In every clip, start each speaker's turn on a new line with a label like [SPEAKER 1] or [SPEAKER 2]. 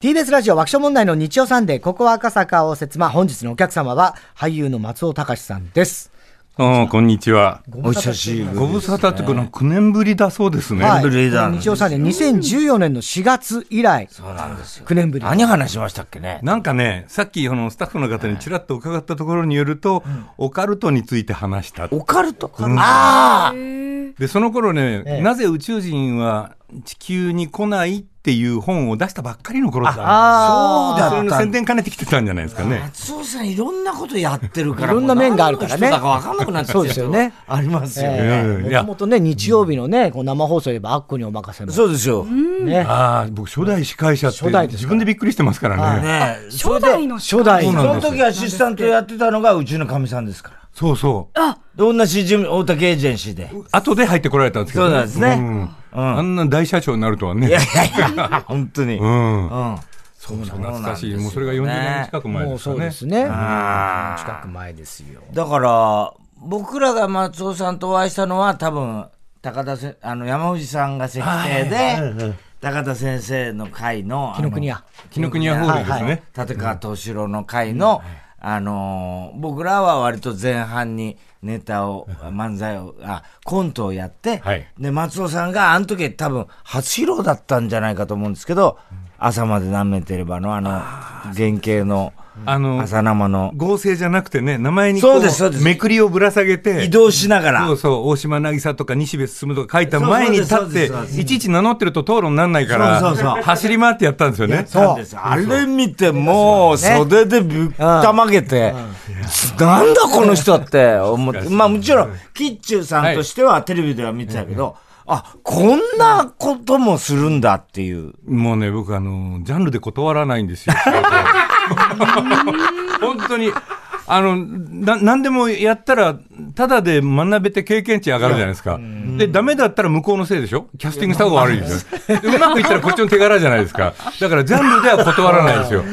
[SPEAKER 1] TBS ラジオ爆笑問題の日曜サンデー、ここは赤坂を説ま、本日のお客様は俳優の松尾隆さんです。
[SPEAKER 2] ああ、こんにちは。
[SPEAKER 1] ご無沙汰しています
[SPEAKER 2] ご無沙汰ってこの9年ぶりだそうですね。
[SPEAKER 1] はい、
[SPEAKER 3] ブリーダーの
[SPEAKER 1] 日曜サンデー、2014年の4月以来、
[SPEAKER 3] そうなんですよ。
[SPEAKER 1] 9年ぶり。
[SPEAKER 3] 何話しましたっけね。
[SPEAKER 2] なんかね、さっきあのスタッフの方にちらっと伺ったところによると、オカルトについて話した。
[SPEAKER 3] オカルト。ああ。
[SPEAKER 2] で、その頃ね、
[SPEAKER 1] ええ
[SPEAKER 2] なぜ宇宙人は地球に来ないっていう本を出したばっかりの頃だ
[SPEAKER 1] あ
[SPEAKER 3] ー
[SPEAKER 2] それ
[SPEAKER 3] そうだ
[SPEAKER 2] の
[SPEAKER 3] った
[SPEAKER 2] 宣伝兼ねてきてたんじゃないですかね。
[SPEAKER 3] 松尾さんいろんなことやってるから。
[SPEAKER 1] いろんな面があるからね
[SPEAKER 3] もう何の人だかわかんなくなっちゃって
[SPEAKER 1] そうですよね。
[SPEAKER 3] ありますよね。
[SPEAKER 1] ええ
[SPEAKER 2] いや
[SPEAKER 1] もともとね、日曜日のね、こう生放送で言えば、アッコにお任せの。
[SPEAKER 3] そうですよ。ね
[SPEAKER 1] ね。
[SPEAKER 2] ああ、僕初代司会者って
[SPEAKER 1] 初代ですから
[SPEAKER 2] 自分でびっくりしてますからね。
[SPEAKER 3] え。それ
[SPEAKER 4] 初
[SPEAKER 3] で
[SPEAKER 4] 代の
[SPEAKER 1] 初代
[SPEAKER 2] そう
[SPEAKER 3] そ
[SPEAKER 2] なん
[SPEAKER 3] の
[SPEAKER 2] です
[SPEAKER 3] 時アシスタントやってたのがうちのかみさんですから。
[SPEAKER 2] そうそう。
[SPEAKER 3] で同じ事務、大竹エージェンシーで。
[SPEAKER 2] 後で入ってこられたんですけど、
[SPEAKER 3] そうなんですね
[SPEAKER 2] うんあんな大社長になるとはね。
[SPEAKER 3] いやいや、本当に。
[SPEAKER 2] う
[SPEAKER 3] うん。
[SPEAKER 2] ん。
[SPEAKER 3] そうなんですよね
[SPEAKER 2] 懐かしい。もうそれが40年近く前
[SPEAKER 1] も
[SPEAKER 2] で
[SPEAKER 1] う
[SPEAKER 2] すか
[SPEAKER 1] そう
[SPEAKER 2] ね
[SPEAKER 1] で。すね。近く前ですよ。
[SPEAKER 3] だから、僕らが松尾さんとお会いしたのは、多分高田せあの山藤さんが設定で、高田先生の会の、
[SPEAKER 1] 紀ノ国屋。
[SPEAKER 2] 紀ノ国屋ホールですね。
[SPEAKER 1] はいは
[SPEAKER 3] 立川敏郎の会の、あのー僕らは割と前半にネタを、漫才を、あ、コントをやって、
[SPEAKER 2] はい
[SPEAKER 3] で、松尾さんが、あの時多分、初披露だったんじゃないかと思うんですけど、朝まで舐めてればの、あの、原型の、
[SPEAKER 2] あの、
[SPEAKER 3] 朝生の、
[SPEAKER 2] 合成じゃなくてね、名前にこ
[SPEAKER 3] そうですそうです
[SPEAKER 2] めくりをぶら下げて、
[SPEAKER 3] 移動しながら、
[SPEAKER 2] そうそう、大島渚とか西部進とか書いた前に立
[SPEAKER 3] そうそうで
[SPEAKER 2] っ
[SPEAKER 3] すそうですそう
[SPEAKER 2] て、いちいち名乗ってると討論にならないから、
[SPEAKER 3] そうそうそう
[SPEAKER 2] 走り回ってやったんですよね。
[SPEAKER 3] そうですあれ見て、もう袖でぶったまげて、なんだこの人って思って、まあもちろん、キッチューさんとしてはテレビでは見てたけど、あ、こんなこともするんだっていう。
[SPEAKER 2] もうね、僕あの、ジャンルで断らないん ですよ。本当に。あの、な、何でもやったら、ただで学べて経験値上がるじゃないですか。で、ダメだったら向こうのせいでしょキャスティングした方が悪いですよ。でうまくいったらこっちの手柄じゃないですか。だからジャンルでは断らないですよ。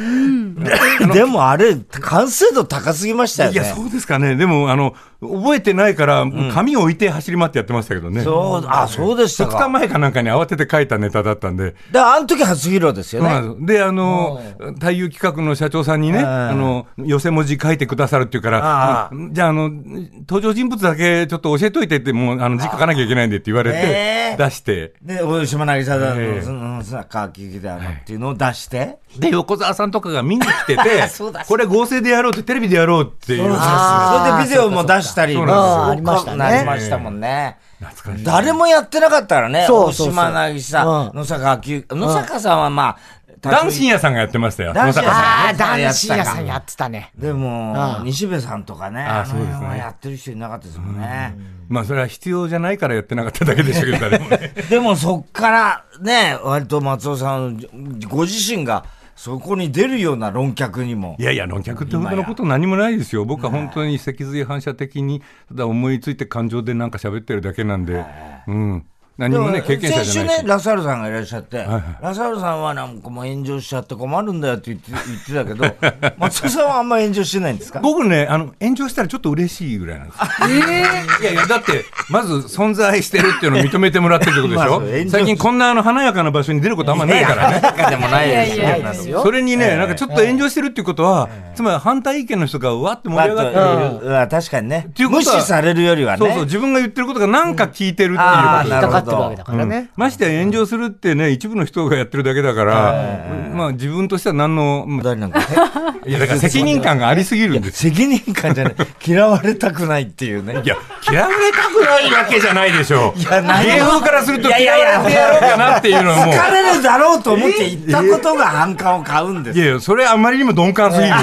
[SPEAKER 3] でもあれ、完成度高すぎましたよ
[SPEAKER 2] いや、
[SPEAKER 3] ね。
[SPEAKER 2] そうですかね。でも、あの、覚えてないから、紙を置いて走り回ってやってましたけどね。
[SPEAKER 3] そう、あ、そうでした
[SPEAKER 2] 2日
[SPEAKER 3] か。
[SPEAKER 2] 前かなんかに慌てて書いたネタだったんで、
[SPEAKER 3] で、あの時初披露ですよ
[SPEAKER 2] そうな
[SPEAKER 3] ね。
[SPEAKER 2] んですで、あの、太夫企画の社長さんにね、
[SPEAKER 3] うん
[SPEAKER 2] あの、寄せ文字書いてくださるっていうか
[SPEAKER 3] あ
[SPEAKER 2] ら
[SPEAKER 3] あ、
[SPEAKER 2] うんじゃあ、あの、登場人物だけちょっと教えといてって、もう、あの、字書かなきゃいけないんでって言われ
[SPEAKER 3] え
[SPEAKER 2] て
[SPEAKER 3] え、
[SPEAKER 2] 出して、
[SPEAKER 3] で、大島渚だ
[SPEAKER 2] ええ
[SPEAKER 3] の、その、さ、かききだのっていうのを出して、
[SPEAKER 2] で、横澤さんとかが見に来 てて、これ合成でやろうって、テレビでやろうっていう。
[SPEAKER 1] あー
[SPEAKER 3] それでビデオも出したり、
[SPEAKER 2] そう
[SPEAKER 1] なんですよそうなんですよ
[SPEAKER 3] なりましたもんね。
[SPEAKER 2] 懐かしい。
[SPEAKER 3] 誰もやってなかったからね。
[SPEAKER 1] そう
[SPEAKER 3] 大
[SPEAKER 1] そうそう
[SPEAKER 3] 島渚、
[SPEAKER 1] うん
[SPEAKER 3] 野坂久、野坂さんはまあ、
[SPEAKER 2] ダンシン
[SPEAKER 3] や
[SPEAKER 2] 屋さんがやってましたよ。
[SPEAKER 3] ダンシン屋さん
[SPEAKER 1] ああ、
[SPEAKER 3] そう
[SPEAKER 1] 男
[SPEAKER 3] やって
[SPEAKER 1] 子
[SPEAKER 3] たか
[SPEAKER 1] 屋さんやってたね。
[SPEAKER 3] でも
[SPEAKER 1] う、ん
[SPEAKER 3] 西部さんとかね、
[SPEAKER 2] あ
[SPEAKER 3] あ
[SPEAKER 2] そう
[SPEAKER 3] の
[SPEAKER 2] です
[SPEAKER 3] 辺
[SPEAKER 2] ね
[SPEAKER 3] はやってる人いなかったですもんね。
[SPEAKER 2] まあ、それは必要じゃないからやってなかっただけでしたけど、誰もね。
[SPEAKER 3] でもそっからね、割と松尾さん、ご自身がそこに出るような論客にも
[SPEAKER 2] い。やいや、論客ってほどのこと何もないですよ。僕は本当に脊髄反射的に、ただ思いついて感情でなんか喋ってるだけなんで、うん。何
[SPEAKER 3] で
[SPEAKER 2] も
[SPEAKER 3] も
[SPEAKER 2] ね、経験者
[SPEAKER 3] 先
[SPEAKER 2] じ
[SPEAKER 3] 週
[SPEAKER 2] ゃない
[SPEAKER 3] ね、
[SPEAKER 2] し。
[SPEAKER 3] ラサールさんがいらっしゃって、
[SPEAKER 2] はい
[SPEAKER 3] ラサールさんはなんかもう炎上しちゃって困るんだよって言って言ってた けど、松尾さんはあんま炎上してないんですか
[SPEAKER 2] 僕ね、あの、炎上したらちょっと嬉しいぐらいなんですよ。いやいや、だって、まず存在してるっていうのを認めてもらってるってことでし
[SPEAKER 3] まあ
[SPEAKER 2] ょ
[SPEAKER 3] そう炎上
[SPEAKER 2] 最近こんなあの華やかな場所に出ることあんまないからね。
[SPEAKER 3] なんかでもないですよ。
[SPEAKER 1] です
[SPEAKER 2] そ。れにね、なんかちょっと炎上してるっていうことは、つまり反対意見の人がわって盛り上がってる。
[SPEAKER 3] まあとうんうん確かにね
[SPEAKER 2] ていうこと
[SPEAKER 3] 無
[SPEAKER 2] は
[SPEAKER 3] 視されるよりはね
[SPEAKER 2] そうそう、自分が言ってることがなんか聞いてるっていう
[SPEAKER 3] あ
[SPEAKER 1] 引
[SPEAKER 2] こと
[SPEAKER 3] あ
[SPEAKER 2] で
[SPEAKER 1] っ
[SPEAKER 3] な
[SPEAKER 1] か
[SPEAKER 3] るほ
[SPEAKER 1] かっ
[SPEAKER 3] ど
[SPEAKER 1] てるわけだからね。
[SPEAKER 2] ましてや炎上するってね、一部の人がやってるだけだから、まあ自分としては何の、まあ
[SPEAKER 3] 誰なんか
[SPEAKER 2] いやだから責任感がありすぎるんですよ。
[SPEAKER 3] 責任感じゃない嫌われたくないっていうね
[SPEAKER 2] いや、嫌われたくないわけじゃないでしょう。
[SPEAKER 3] やない
[SPEAKER 2] 芸風からすると
[SPEAKER 3] いやい
[SPEAKER 2] 嫌
[SPEAKER 3] やいや
[SPEAKER 2] われてやろうかなっていうのはもう。
[SPEAKER 3] 疲れるだろうと思って言ったことが反感を買うんで
[SPEAKER 2] い
[SPEAKER 3] す
[SPEAKER 2] やいや、それあまりにも鈍感すぎる。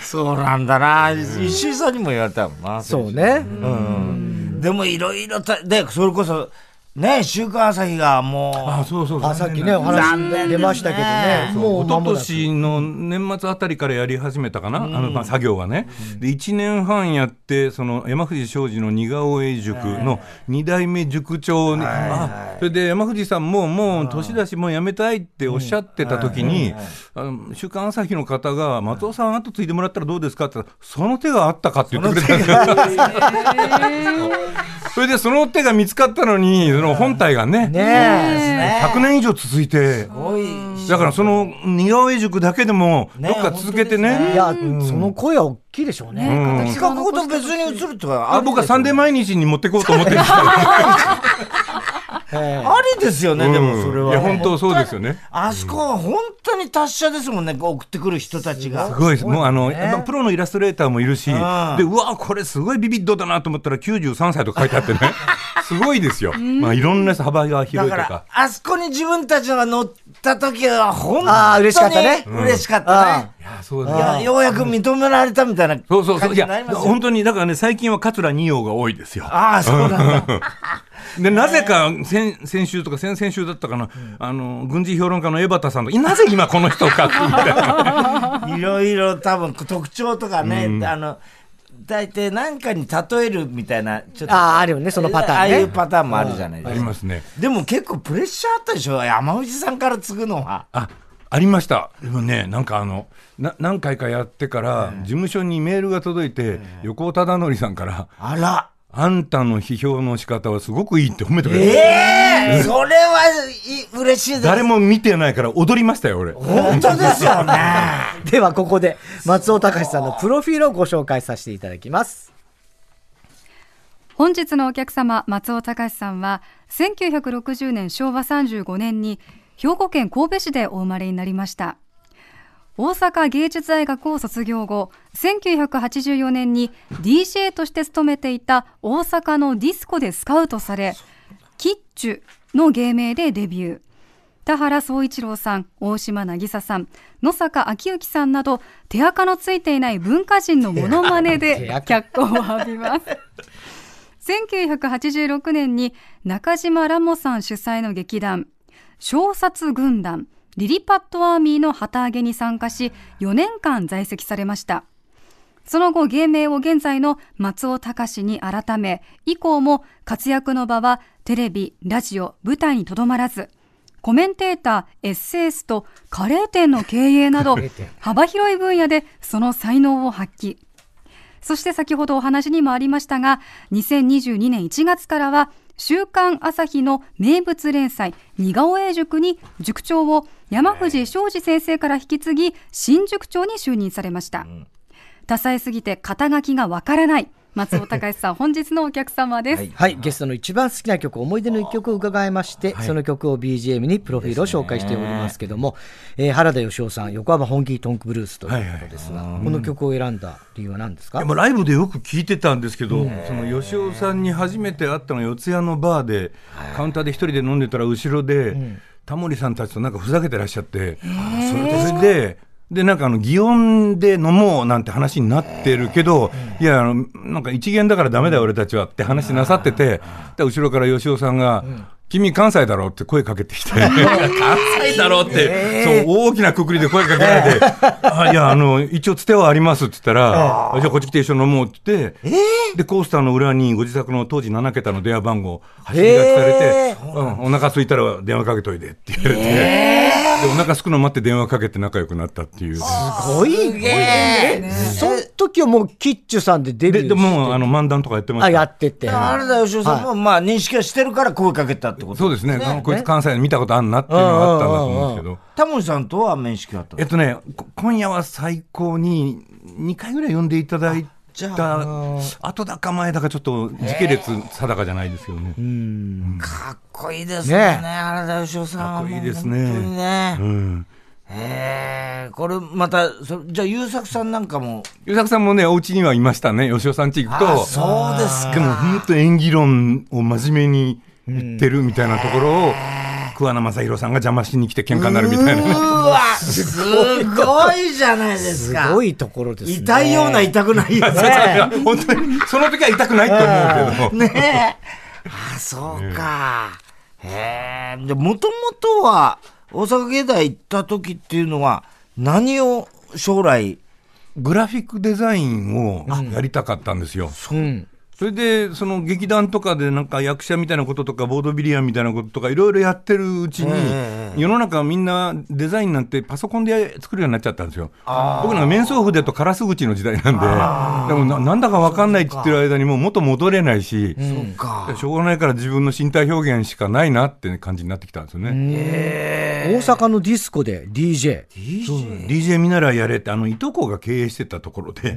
[SPEAKER 3] そうなんだな石井さんにも言われたもんな
[SPEAKER 1] そうね。
[SPEAKER 3] うんでもいろいろとでそれこそね週刊朝日がもう
[SPEAKER 2] そうそう
[SPEAKER 1] あ、さっきね、お話出ましたけどね。も
[SPEAKER 2] お
[SPEAKER 1] う
[SPEAKER 2] と
[SPEAKER 1] 間も
[SPEAKER 2] と
[SPEAKER 1] なく。
[SPEAKER 2] しの年末あたりからやり始めたかな、あのまあ作業はね、で1年半やって、その山藤商事の似顔絵塾の2代目塾長に、あそれで山藤さんも、もう年だし、もう辞めたいっておっしゃってた時に、あの週刊朝日の方が、松尾さん、後継いでも らったらどうですかって言ったら、その手があったかって言ってくれたんですよ。それでその手が見つかったのに、その本体がね、
[SPEAKER 1] ね
[SPEAKER 2] 100年以上続いて、だからその似顔絵塾だけでも、どっか続けてね。
[SPEAKER 1] いや、その声は大きいでしょうね。
[SPEAKER 3] 企画ごと別に映るってか、
[SPEAKER 2] あ僕はサンデー毎日に持ってこうと思ってるんですけど。
[SPEAKER 3] ありですよね、でもそれは。
[SPEAKER 2] いや、本当そうですよね。
[SPEAKER 3] あそこは本当に達者ですもんね、送ってくる人たちが。
[SPEAKER 2] すごいです。もうあの、やっぱプロのイラストレーターもいるし、で、うわ、これすごいビビッドだなと思ったら93歳とか書いてあって ね。すごいですよ。まあいろんな幅が広いとか。
[SPEAKER 3] あそこに自分たちのが乗った時は本
[SPEAKER 1] あー
[SPEAKER 3] 当に
[SPEAKER 1] 嬉しかったね
[SPEAKER 3] 嬉しかったね。
[SPEAKER 2] いや、そう
[SPEAKER 3] いやようやく認められたみたいな
[SPEAKER 2] そうそうそ
[SPEAKER 3] 感
[SPEAKER 2] う。い
[SPEAKER 3] じにな
[SPEAKER 2] や
[SPEAKER 3] り、ますよ。
[SPEAKER 2] 本当に、だからね、最近は桂二葉が多いですよ。
[SPEAKER 3] ああ、そうなんだ。
[SPEAKER 2] で、なぜか、先、先週とか先々週だったかな、あの、軍事評論家の江端さんと、いなぜ今この人かって言って
[SPEAKER 3] いろいろ多分特徴とかね、あの、大体何かに例えるみたいな、ちょっと。
[SPEAKER 1] ああ、あるよね、そのパター
[SPEAKER 3] ああ
[SPEAKER 1] ンね。
[SPEAKER 3] いうパターンもあるじゃないで
[SPEAKER 2] あ
[SPEAKER 3] す
[SPEAKER 2] り
[SPEAKER 3] か。
[SPEAKER 2] ますね。
[SPEAKER 3] でも結構プレッシャーあったでしょ山内さんから継ぐのは。
[SPEAKER 2] あ、ありました。でもね、なんかあの、な何回かやってから、事務所にメールが届いて、横尾忠則さんから、
[SPEAKER 3] あら。
[SPEAKER 2] あんたの批評の仕方はすごくいいって褒めてくれ
[SPEAKER 3] え
[SPEAKER 2] た。
[SPEAKER 3] えそれはい嬉しいです。
[SPEAKER 2] 誰も見てないから踊りましたよ、俺。
[SPEAKER 3] 本当ですよね。
[SPEAKER 1] では、ここで、松尾隆さんのプロフィールをご紹介させていただきます。
[SPEAKER 4] 本日のお客様松尾隆さんは1960年昭和35年に兵庫県神戸市でお生まれになりました大阪芸術大学を卒業後1984年に DJ として勤めていた大阪のディスコでスカウトされキッチュの芸名でデビュー田原総一郎さん大島渚さん野坂昭之さんなど手垢のついていない文化人のモノマネ
[SPEAKER 1] 手
[SPEAKER 4] で
[SPEAKER 1] 垢
[SPEAKER 4] 脚光を浴びます1986年に中島ラモさん主催の劇団小殺軍団リリパットアーミーの旗揚げに参加し4年間在籍されましたその後芸名を現在の松尾隆に改め以降も活躍の場はテレビラジオ舞台にとどまらずコメンテーターエッセイストカレー店の経営など幅広い分野でその才能を発揮そして先ほどお話にもありましたが、2022年1月からは、週刊朝日の名物連載、似顔絵塾に塾長を山藤昌司先生から引き継ぎ、新塾長に就任されました。多彩すぎて肩書きがわからない、松尾隆さん、本日のお客様です。
[SPEAKER 1] はい、ゲストの一番好きな曲、思い出の一曲を伺いまして、その曲を BGM にプロフィールを紹介しておりますけども、えー原田芳雄さん、横浜本気トンクブルースということですが、この曲を選んだ理由は何ですか
[SPEAKER 2] いやまあライブでよく聞いてたんですけど、その吉尾さんに初めて会ったのは四谷のバーで、カウンターで一人で飲んでたら後ろで、タモリさんたちとなんかふざけてらっしゃって、それでそれで、で、なんかあの、祇園で飲もうなんて話になってるけど、いや、あの、なんか一元だからダメだよ俺たちはって話なさってて、で後ろから吉尾さんが、君関西だろうって声かけて きて、関西だろうって、そう、大きなくくりで声かけられて、あいや、あの、一応つてはありますって言ったら、あじゃあこっち来て一緒に飲もうって言って、で、コースターの裏にご自宅の当時7桁の電話番号、走り書きされて、うん、お腹空いたら電話かけといてって言われて、で、お腹空くの待って電話かけて仲良くなったっていう。
[SPEAKER 1] すごいね。その時はもうキッチュさんでデビュ
[SPEAKER 2] で、
[SPEAKER 1] ーし
[SPEAKER 2] でもう、あの、漫談とかやってま
[SPEAKER 1] あ、
[SPEAKER 2] し
[SPEAKER 1] や
[SPEAKER 2] た。
[SPEAKER 1] ってて。
[SPEAKER 3] 原田芳雄さんも、まあ認識はしてるから声かけたってこと
[SPEAKER 2] そうですね。あのこいつ関西で見たことあんなっていうのがあったんだと思うんですけど。
[SPEAKER 3] タモリさんとは面識があった
[SPEAKER 2] えっとね、こ今夜は最高に2回ぐらい呼んでいただい
[SPEAKER 3] じゃ
[SPEAKER 2] た後だか前だかちょっと時系列定かじゃないですけどね。
[SPEAKER 3] かっこいいですね
[SPEAKER 1] ね
[SPEAKER 3] 原田芳雄さんはもう
[SPEAKER 2] かっこいいですね
[SPEAKER 3] 本当にね、
[SPEAKER 2] うん。
[SPEAKER 3] えーこれまたそじゃあ優作さんなんかも
[SPEAKER 2] ゆうさくさんもね、お家にはいましたね。吉尾さんち行く
[SPEAKER 3] あ
[SPEAKER 2] と。
[SPEAKER 3] そうですか
[SPEAKER 2] でも本当演技論を真面目に言ってるみたいなところを、桑名正宏さんが邪魔しに来て喧嘩になるみたいな。
[SPEAKER 3] うわすごいじゃないですか
[SPEAKER 1] すごいところですね。
[SPEAKER 3] 痛いような痛くないよね
[SPEAKER 2] 本当に、その時は痛くないと思うけど。
[SPEAKER 3] ねえ。あ、そうか。へえ。で、もともとは、大阪芸大行った時っていうのは、何を将来、、
[SPEAKER 2] グラフィックデザインをやりたかったんですよ。
[SPEAKER 1] うん。
[SPEAKER 2] それで、その劇団とかでなんか役者みたいなこととか、ボードビリアンみたいなこととか、いろいろやってるうちに、世の中みんなデザインなんてパソコンで作るようになっちゃったんですよ。僕なんか面相筆とカラス口の時代なんで、でもななんだかわかんないって言ってる間にもう元戻れないし、しょうがないから自分の身体表現しかないなって感じになってきたんですよね。
[SPEAKER 1] 大阪のディスコで DJ。
[SPEAKER 2] DJ, DJ 見習いやれって、あの、いとこが経営してたところで、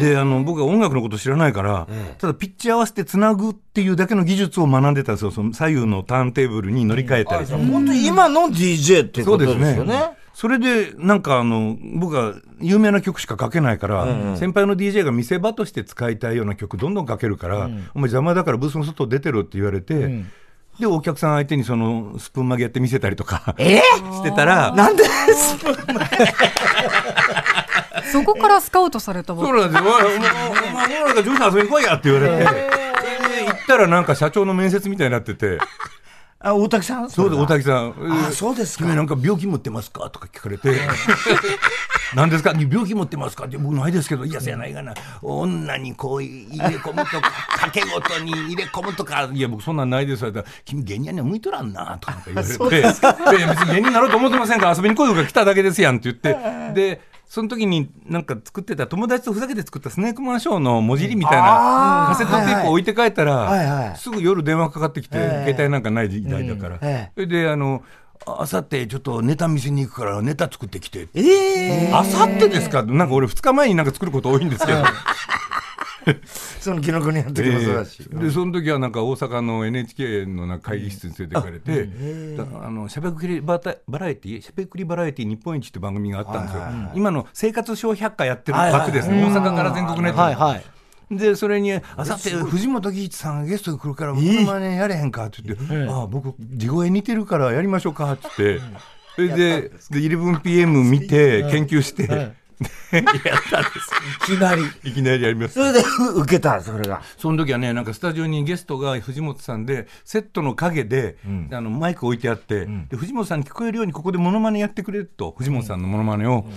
[SPEAKER 2] で、あの、僕は音楽のこと知らないから、ただピッチ合わせてつなぐっていうだけの技術を学んでたんですよ、その左右のターンテーブルに乗り換えたり、うん
[SPEAKER 3] 本当に今の DJ ってことですよね。ね
[SPEAKER 2] それで、なんかあの、僕は有名な曲しか書けないから、うん、先輩の DJ が見せ場として使いたいような曲どんどん書けるから、うん、お前邪魔だからブースの外出てろって言われて、で、お客さん相手にその、スプーン曲げやって見せたりとか、
[SPEAKER 3] えー、
[SPEAKER 2] してたら、
[SPEAKER 3] なんでスプーン曲げ
[SPEAKER 4] そこからスカウトされた
[SPEAKER 2] わけそうなんですよ。お前、お前、女子遊びに来いやって言われて、行ったらなんか社長の面接みたいになってて、
[SPEAKER 3] あ、大滝さん
[SPEAKER 2] そうで、大滝さん。
[SPEAKER 3] あ、そうですか。
[SPEAKER 2] 君なんか病気持ってますかとか聞かれて、何ですか病気持ってますかって僕ないですけど、いや、せやないがな、女にこう入れ込むとか、掛け事に入れ込むと か、いや、僕そんなんないですよ。君芸人には向いとらんな、とか言われて、 いや、別に芸人になろうと思ってませんから遊びに来いとか来ただけですやんって言って、で、その時になんか作ってた友達とふざけて作ったスネークマンショーの文字入りみたいなカセットテープ置いて帰ったら、すぐ夜電話かかってきて、携帯なんかない時代だから。それであのあさってちょっとネタ見せに行くからネタ作ってきて、
[SPEAKER 3] え
[SPEAKER 2] ー、あさってですかなんか俺2日前になんか作ること多いんですけど。
[SPEAKER 3] その紀ノ国屋の時もそうだし、。
[SPEAKER 2] でその時はなんか大阪の NHK のな会議室に連れて行かれて、あのしゃべくりバラエティーしゃべくりバラエティー日本一って番組があったんですよ、今の生活笑百科やってる枠ですね、大阪から全国ネット、はいでそれに「あさって藤本義一さんがゲストに来るから僕の真似やれへんか」って言って「えああ僕地声似てるからやりましょうか」って言って、それで「11PM」見て研究して。 やったんです
[SPEAKER 3] いきなり。
[SPEAKER 2] いきなりやります。
[SPEAKER 3] それで、受けた、それが。
[SPEAKER 2] その時はね、なんかスタジオにゲストが藤本さんで、セットの陰で、うん、あのマイク置いてあって、うん、で、藤本さんに聞こえるように、ここでモノマネやってくれると、藤本さんのモノマネを。うん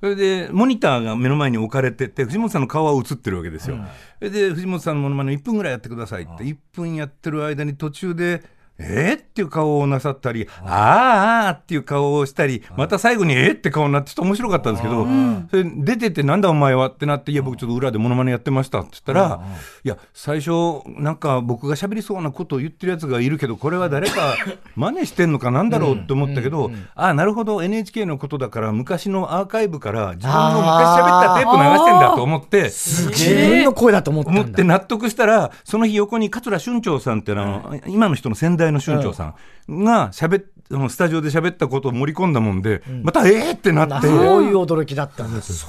[SPEAKER 2] それで、モニターが目の前に置かれてて、藤本さんの顔は映ってるわけですよ。それで、藤本さんのものまね1分ぐらいやってくださいって、1分やってる間に途中で、えー、っていう顔をなさったり、あーあーっていう顔をしたり、また最後にえー、って顔になって、ちょっと面白かったんですけど、それ出てて、なんだお前はってなって、いや、僕ちょっと裏でモノマネやってましたって言ったら、いや、最初、なんか僕が喋りそうなことを言ってるやつがいるけど、これは誰 か真似してんのかなんだろうって思ったけど、ああ、なるほど、NHK のことだから、昔のアーカイブから自分の昔喋ったテープ流してんだと思って、
[SPEAKER 1] 自分の声だと思った
[SPEAKER 2] 思って納得したら、その日横に桂春長さんっていうのは、今の人の先代代の春長さんが喋っスタジオで喋ったことを盛り込んだもんで、うん、またええってなって。
[SPEAKER 1] そういう驚きだったんです。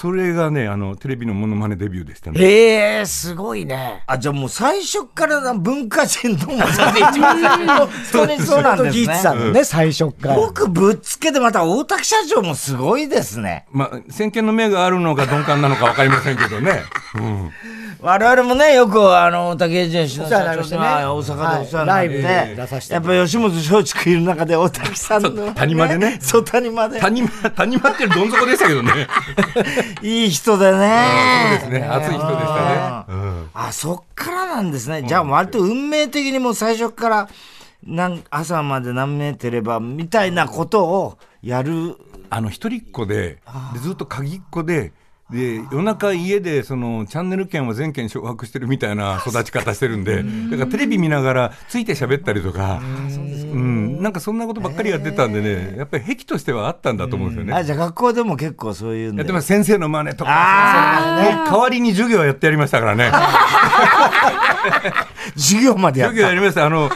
[SPEAKER 2] それがね、あの、テレビのものまねデビューでしたね。
[SPEAKER 3] ええー、すごいね。あ、じゃあもう最初から文化人ともされて一番最初、そうですそうなんですね。
[SPEAKER 1] さんね、最初から。
[SPEAKER 3] 僕ぶっつけてまた大滝社長もすごいですね。
[SPEAKER 2] まあ、先見の目があるのか鈍感なのかわかりませんけどね。うん。
[SPEAKER 3] 我々もね、よく、あの、竹内氏の社長で、ね、大阪でお世話になって、やっぱ吉本松竹いる中で、大滝さんの、
[SPEAKER 2] 谷間でね。
[SPEAKER 3] そう、谷間で。
[SPEAKER 2] 谷間、谷間ってどん底でしたけどね。
[SPEAKER 3] いい人でね。
[SPEAKER 2] そうですね。熱い人でした
[SPEAKER 3] ね。あ、そっからなんですね。じゃあ、割と運命的にもう最初から、なん朝まで何メートルば、みたいなことをやる。
[SPEAKER 2] あの、一人っ子で、でずっと鍵っ子で、で夜中家でそのチャンネル権は全権掌握してるみたいな育ち方してるんでだからテレビ見ながらついて喋ったりとかうん、なんかそんなことばっかりやってたんでね、やっぱり癖としてはあったんだと思うんですよね。
[SPEAKER 3] あじゃあ学校でも結構そういう
[SPEAKER 2] やってます先生の真似とか、ね、代わりに授業やってやりましたからね。
[SPEAKER 3] 授業までや
[SPEAKER 2] 授業やりましたあの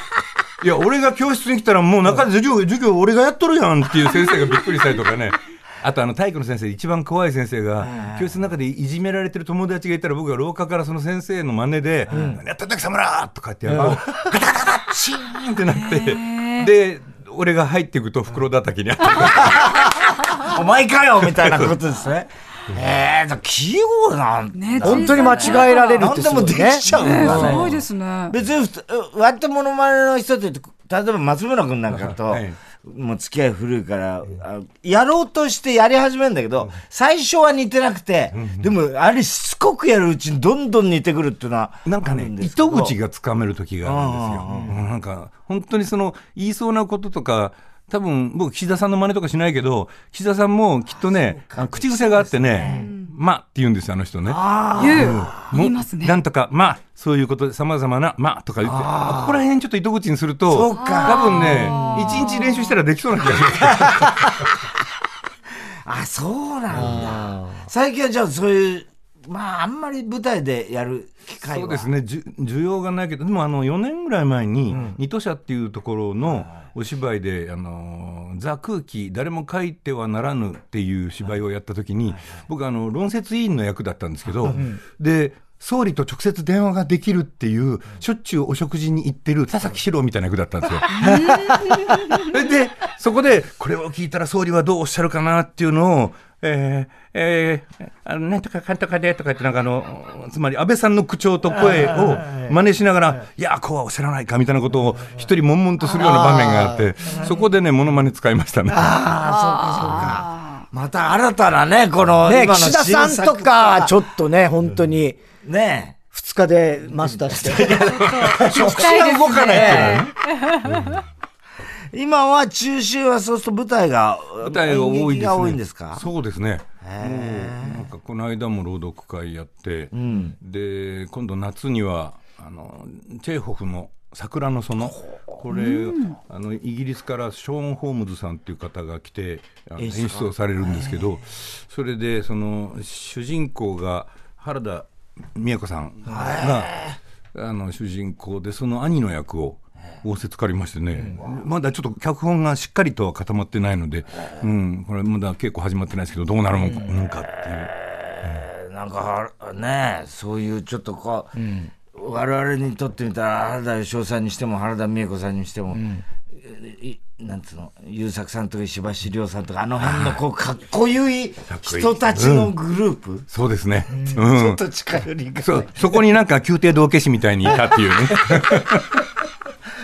[SPEAKER 2] いや俺が教室に来たらもう中で授業授業俺がやっとるやんっていう先生がびっくりしたりとかね。 あとあの体育の先生一番怖い先生が、教室の中でいじめられてる友達がいたら、僕が廊下からその先生の真似で、うん、やったたきさむらとかってやると、ガタガタチーンってなって、で、俺が入っていくと袋叩きにあ
[SPEAKER 3] った。お前かよみたいなことです ね。ええー、器用なん
[SPEAKER 1] ね、本当に間違えられるって
[SPEAKER 3] すごい、ね。何でもできちゃうんだ
[SPEAKER 4] ね。すごいですね。
[SPEAKER 3] 別に、割ってものまねの人って、例えば松村君なんかと、もう付き合い古いから、あやろうとしてやり始めるんだけど、最初は似てなくて、でも、あれしつこくやるうちにどんどん似てくるっていうのは
[SPEAKER 2] なんかね、糸口がつかめる時があるんですよ。なんか、本当にその、言いそうなこととか、多分僕、岸田さんの真似とかしないけど、岸田さんもきっとね、口癖があってね、まあって言うんですよ、あの人ね。
[SPEAKER 4] 言う。言いますね。
[SPEAKER 2] なんとか、まあ、そういうことで、さまざまな、まあとか言って、ここら辺ちょっと糸口にすると、多分ね、一日練習したらできそうな気がします。
[SPEAKER 3] あ、そうなんだ。最近はじゃあそういう、まあ、あんまり舞台でやる機会
[SPEAKER 2] そうですね、需要がないけど、でもあの4年ぐらい前に、ニト社っていうところのお芝居で、あのザ・空気、誰も書いてはならぬっていう芝居をやったときに、僕あの、論説委員の役だったんですけど、で、総理と直接電話ができるっていう、しょっちゅうお食事に行ってる田崎史郎みたいな役だったんですよ。で、そこで、これを聞いたら総理はどうおっしゃるかなっていうのを、えー、えー、あのなんとかかんとかでとか言って、なんかあの、つまり安倍さんの口調と声を真似しながら、いや、こうはおせらないかみたいなことを一人悶々とするような場面があって、そこでね、ものまね使いましたね。
[SPEAKER 3] ああ、そうか、そうか。また新たなね、この、
[SPEAKER 1] ね、岸田さんとか、ちょっとね、本当に、
[SPEAKER 3] ね
[SPEAKER 1] 二日でマスターして。
[SPEAKER 3] 口が動かないってね。今は中秋はそうすると舞台が
[SPEAKER 2] 舞台が多いです、ね、
[SPEAKER 3] 多いんですか。
[SPEAKER 2] そうですねなんかこの間も朗読会やって、うん、で今度夏にはあのチェーホフの「桜の園」これ、うん、あのイギリスからショーン・ホームズさんっていう方が来て演出をされるんですけどそれでその主人公が原田美恵子さんがあの主人公でその兄の役を。仰せつかりましてね、まだちょっと脚本がしっかりとは固まってないので、うん、これまだ稽古始まってないですけど、どうなるもんかっていう
[SPEAKER 3] なんかね、そういうちょっとこう、うん、我々にとってみたら、原田芳雄さんにしても、原田美恵子さんにしても、うんなんつうの、優作さんとか石橋亮さんとか、あの辺のこう、かっこよい人たちのグループ。うん、
[SPEAKER 2] そうですね。
[SPEAKER 3] うん、ちょっと近寄りが、
[SPEAKER 2] そ。そこになんか宮廷道化師みたいにいた っていうね。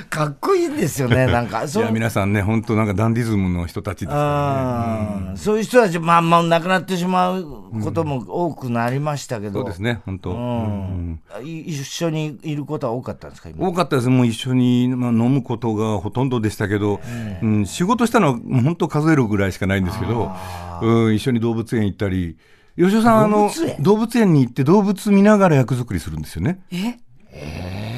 [SPEAKER 3] かっこいいんですよね、なんか。
[SPEAKER 2] いや、皆さんね、本当なんかダンディズムの人たちですよ
[SPEAKER 3] ね。そういう人たち、まあまあ、亡くなってしまうことも多くなりましたけど。
[SPEAKER 2] そうですね、本当。
[SPEAKER 3] 一緒にいることは多かったんですか、
[SPEAKER 2] 多かったです。もう一緒に、まあ、飲むことがほとんどでしたけど、うん、仕事したのは本当数えるぐらいしかないんですけど、うん、一緒に動物園行ったり、吉尾さん、あの、動物園に行って動物見ながら役作りするんですよね。
[SPEAKER 4] え
[SPEAKER 2] え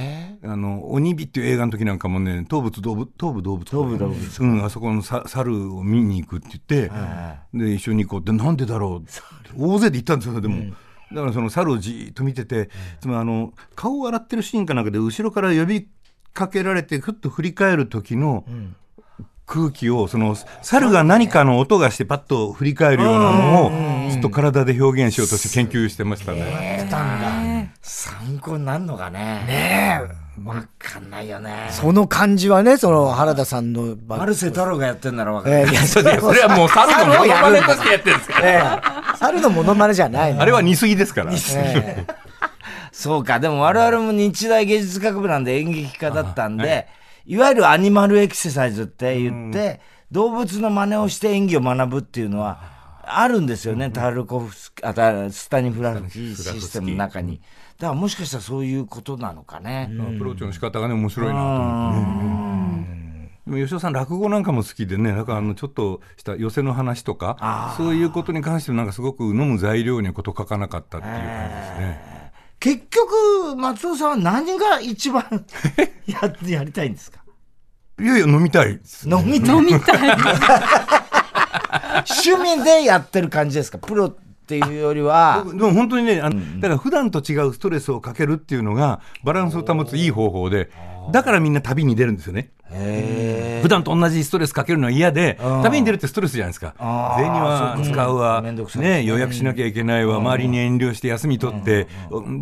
[SPEAKER 2] あの、鬼火っていう映画の時なんかもね、東武動物、東武動物
[SPEAKER 3] 東武動物
[SPEAKER 2] うん、あそこのさ猿を見に行くって言って、で、一緒に行こうって、なんでだろう大勢で行ったんですよ、でも。うんだからその猿をじっと見てて、つまりあの、顔を洗ってるシーンかなんかで、後ろから呼びかけられて、ふっと振り返る時の、空気を、その、猿が何かの音がして、パッと振り返るようなのを、ずっと体で表現しようとして研究してましたね。
[SPEAKER 3] 参考になるのかね。ねえ。わかんないよね。
[SPEAKER 1] その感じはね、その原田さんの。。
[SPEAKER 3] マルセ太郎がやってんならわかんない。いや、
[SPEAKER 2] それはもう猿のモノマネとしてやってるんですから
[SPEAKER 1] 猿のモノマネじゃない
[SPEAKER 2] あれは似すぎですから。
[SPEAKER 3] そうか、でも我々も日大芸術学部なんで演劇家だったんで、いわゆるアニマルエクササイズって言って、動物の真似をして演技を学ぶっていうのは、あるんですよね、タルコフスあスタニフラフスキーシステムの中に。だからもしかしたらそういうことなのかね。
[SPEAKER 2] アプローチの仕方がね、面白いなと思って、ね。でも吉尾さん落語なんかも好きでねなんかあのちょっとした寄せの話とかそういうことに関してもなんかすごく飲む材料にこと書かなかったっていう感じですね、
[SPEAKER 3] 結局松尾さんは何が一 番ややりたいんですか
[SPEAKER 2] いやいや飲みたい、ね、
[SPEAKER 3] 飲みたい
[SPEAKER 4] 飲みたい
[SPEAKER 3] 趣味でやってる感じですかプロっていうよりは。
[SPEAKER 2] でも本当にね、あの、うん、だから普段と違うストレスをかけるっていうのが、バランスを保ついい方法で、だからみんな旅に出るんですよね。普段と同じストレスかけるのは嫌で、旅に出るってストレスじゃないですか。銭は使うわ、ね、予約しなきゃいけないわ、周りに遠慮して休み取って、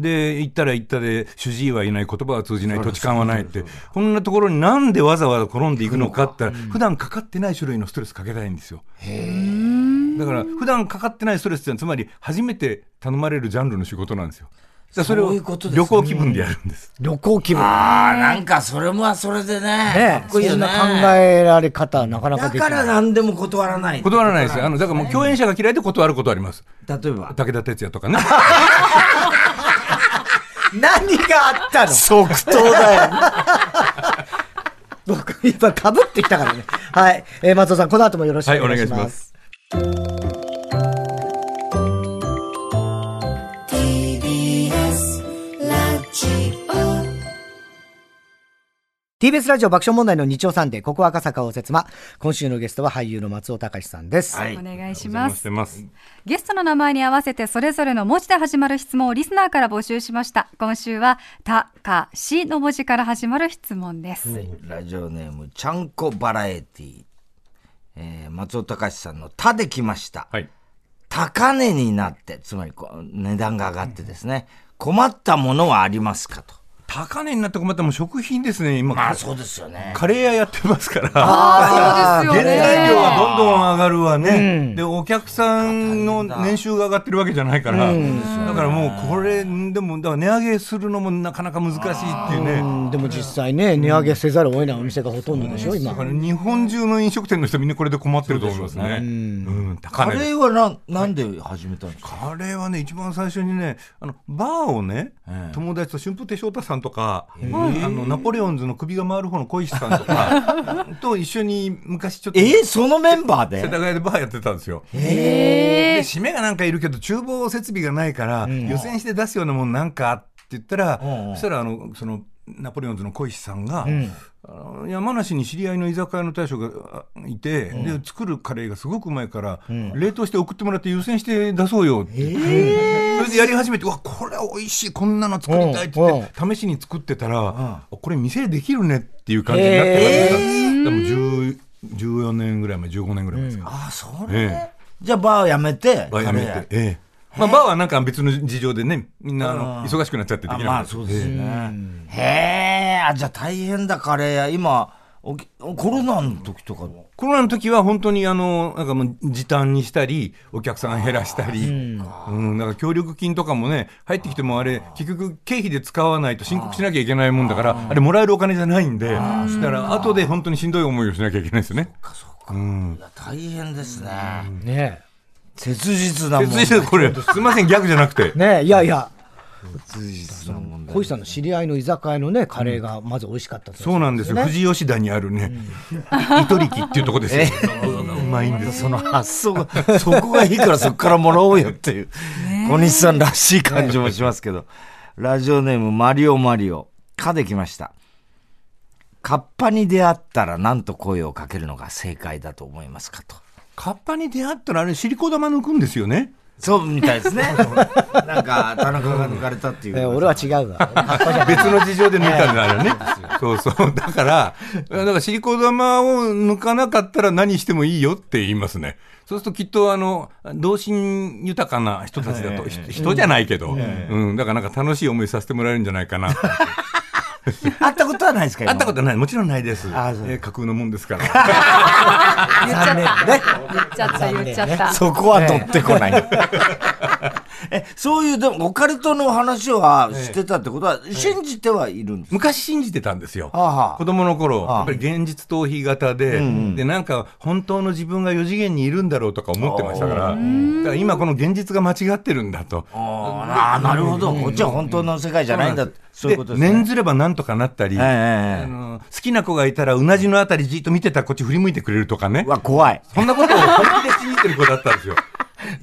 [SPEAKER 2] で、行ったら行ったで、主治医はいない、言葉は通じない、土地勘はないって、こんなところになんでわざわざ転んでいくのかって言ったら、普段かかってない種類のストレスかけたいんですよ。だから、普段かかってないストレスってつまり初めて頼まれるジャンルの仕事なんですよ。それを旅行気分でやるんです。
[SPEAKER 1] 旅行気分。
[SPEAKER 3] ああ、なんかそれもそれでね。
[SPEAKER 1] ねこいいよね。考えられ方、なかなか
[SPEAKER 3] だから何でも断らない。
[SPEAKER 2] 断らないですよ。あの、だからもう共演者が嫌いで断ることあります。
[SPEAKER 3] 例えば
[SPEAKER 2] 武田鉄矢とかね。
[SPEAKER 1] 何があったの
[SPEAKER 3] 即答だよ。
[SPEAKER 1] 僕、今、かぶってきたからね。はい。えー、松尾さん、この後もよろしくお願いします。はい、お願いします。TBS ラジオ爆笑問題の日曜サンデー、ここ赤坂応接間。今週のゲストは俳優の松尾隆さんです。、
[SPEAKER 4] はい、お願いします。ますゲストの名前に合わせて、それぞれの文字で始まる質問をリスナーから募集しました。今週は、た、か、しの文字から始まる質問です。はい、
[SPEAKER 3] ラジオネーム、ちゃんこバラエティ。えー、松尾隆さんのたできました。はい。高値になって、つまりこう、値段が上がってですね、困ったものはありますかと。
[SPEAKER 2] 高値になって困ったも食品ですね、今。
[SPEAKER 3] まあ、そうですよね。
[SPEAKER 2] カレー屋やってますから。
[SPEAKER 4] ああ、そうですよね。
[SPEAKER 2] 原材料はどんどん上がるわね、うん、で、お客さんの年収が上がってるわけじゃないから。うん、だからもう、これ、でも、だから値上げするのもなかなか難しいっていうね。うん
[SPEAKER 1] でも実際ね、値上げせざるを得ないお店がほとんどでしょ、今。
[SPEAKER 2] だから日本中の飲食店の人みんなこれで困ってると思いますね。うん、
[SPEAKER 3] 高値。カレーはな、なんで始めたんですか、
[SPEAKER 2] カレーはね、一番最初にね、あの、バーをね、友達と春風亭昇太さんとか、あのナポレオンズの首が回る方の小石さんと かと一緒に昔ちょっと
[SPEAKER 3] えー、そのメンバーで
[SPEAKER 2] 世田谷でバーやってたんですよで締めがなんかいるけど厨房設備がないから、うん、予選して出すようなもんなんかって言ったら、うん、そしたらあのそのナポレオンズの小石さんが、うん、山梨に知り合いの居酒屋の大将がいて、で作るカレーがすごくうまいから、冷凍して送ってもらって優先して出そうよって、それでやり始めて「わこれ美味しいこんなの作りたい」って言って試しに作ってたら、これ店できるねっていう感じになってました、えー、14年ぐらい前15年ぐらい前ですか、
[SPEAKER 3] あそれ、じゃあバーやめて
[SPEAKER 2] バーやめてええまあ、バーはなんか別の事情でね、みんなあの忙しくなっちゃってできな
[SPEAKER 3] まあ、そうですね。へえ、じゃあ大変だ、カレー屋。今、おコロナの時とか
[SPEAKER 2] コロナの時は本当にあの、なんかもう時短にしたり、お客さん減らしたり、うん、なんか協力金とかもね、入ってきてもあれ、結局経費で使わないと申告しなきゃいけないもんだから、あれもらえるお金じゃないんで、だから後で本当にしんどい思いをしなきゃいけないですよね。
[SPEAKER 3] そっか、そっか。うん、いや、大変ですね。
[SPEAKER 1] ねえ。
[SPEAKER 3] 切実な
[SPEAKER 2] 切実これすみませんギャグじゃなくて
[SPEAKER 1] ねいやいや切実な問題小石さんの知り合いの居酒屋のねカレーがまず美味しかった、ね、
[SPEAKER 2] そうなんですよ富士吉田にある ね、うん、イトリキっていうとこですよ、えー、うまいんです
[SPEAKER 3] その発想がそこがいいからそこからもらおうよっていう小西さんらしい感じもしますけど、ラジオネームマリオマリオかできましたカッパに出会ったら何と声をかけるのが正解だと思いますかと
[SPEAKER 2] カッパに出会ったらあれ、シリコ玉抜くんですよね。
[SPEAKER 3] そうみたいですね。 なんか、田中が抜かれたっていう。
[SPEAKER 1] 俺は違うわ。
[SPEAKER 2] 別の事情で抜いたんだよね。 そうそう。だから、だからシリコ玉を抜かなかったら何してもいいよって言いますね。そうするときっと、あの、童心豊かな人たちだと、人じゃないけど、うん、だからなんか楽しい思いさせてもらえるんじゃないかな。
[SPEAKER 3] 会ったことはないですか
[SPEAKER 2] 会ったことない。もちろんないです。あえ架空のもんですから。
[SPEAKER 4] 言っちゃったね。言っちゃった、言っちゃった。
[SPEAKER 3] そこは取ってこない。 え、そういう、でも、オカルトの話はしてたってことは、信じてはいるんです
[SPEAKER 2] 昔信じてたんですよ。子供の頃、やっぱり現実逃避型で、で、なんか、本当の自分が4次元にいるんだろうとか思ってましたから、だから今この現実が間違ってるんだと。
[SPEAKER 3] ああ、なるほど。こっちは本当の世界じゃないんだ。そういうことですね。
[SPEAKER 2] 念ずればなんとかなったり、あの好きな子がいたらうなじのあたりじっと見てたらこっち振り向いてくれるとかね。
[SPEAKER 3] わ、怖い。。
[SPEAKER 2] そんなことを本気で信じてる子だったんですよ。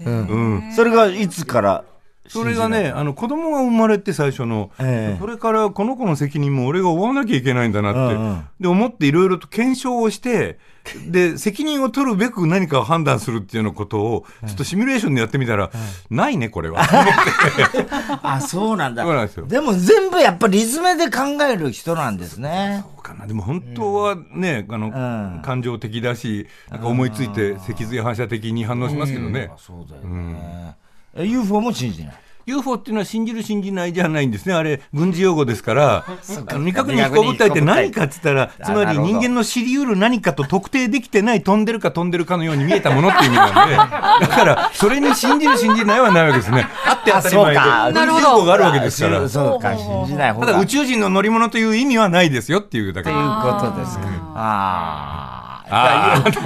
[SPEAKER 2] うん
[SPEAKER 3] それがいつから
[SPEAKER 2] それがね、あの子供が生まれて最初の、えー、それからこの子の責任も俺が負わなきゃいけないんだなって、うんうん、で思っていろいろと検証をして、で、責任を取るべく何かを判断するっていうのことを、ちょっとシミュレーションでやってみたら、うん、ないね、これは。
[SPEAKER 3] あ、そうなんだ。なんで,でも全部やっぱりリズムで考える人なんですね。
[SPEAKER 2] そうかな。でも本当はね、うん、あの、うん、感情的だし、なんか思いついて脊髄反射的に反応しますけどね。
[SPEAKER 3] そうだよね。UFO も信じない。
[SPEAKER 2] UFO っていうのは信じる信じないじゃないんですね。あれ、軍事用語ですから、あの未確認飛行物体って何かっつったら、つまり人間の知り得る何かと特定できてない飛んでるか飛んでるかのように見えたものっていう意味 なんで、だから、それに信じる信じないはないわけですね。あって当たり前で。軍事用語があるわけですから。
[SPEAKER 3] そうか、信じない方
[SPEAKER 2] が。ただ宇宙人の乗り物という意味はないですよっていうだけ。という
[SPEAKER 3] ことですか。ああ。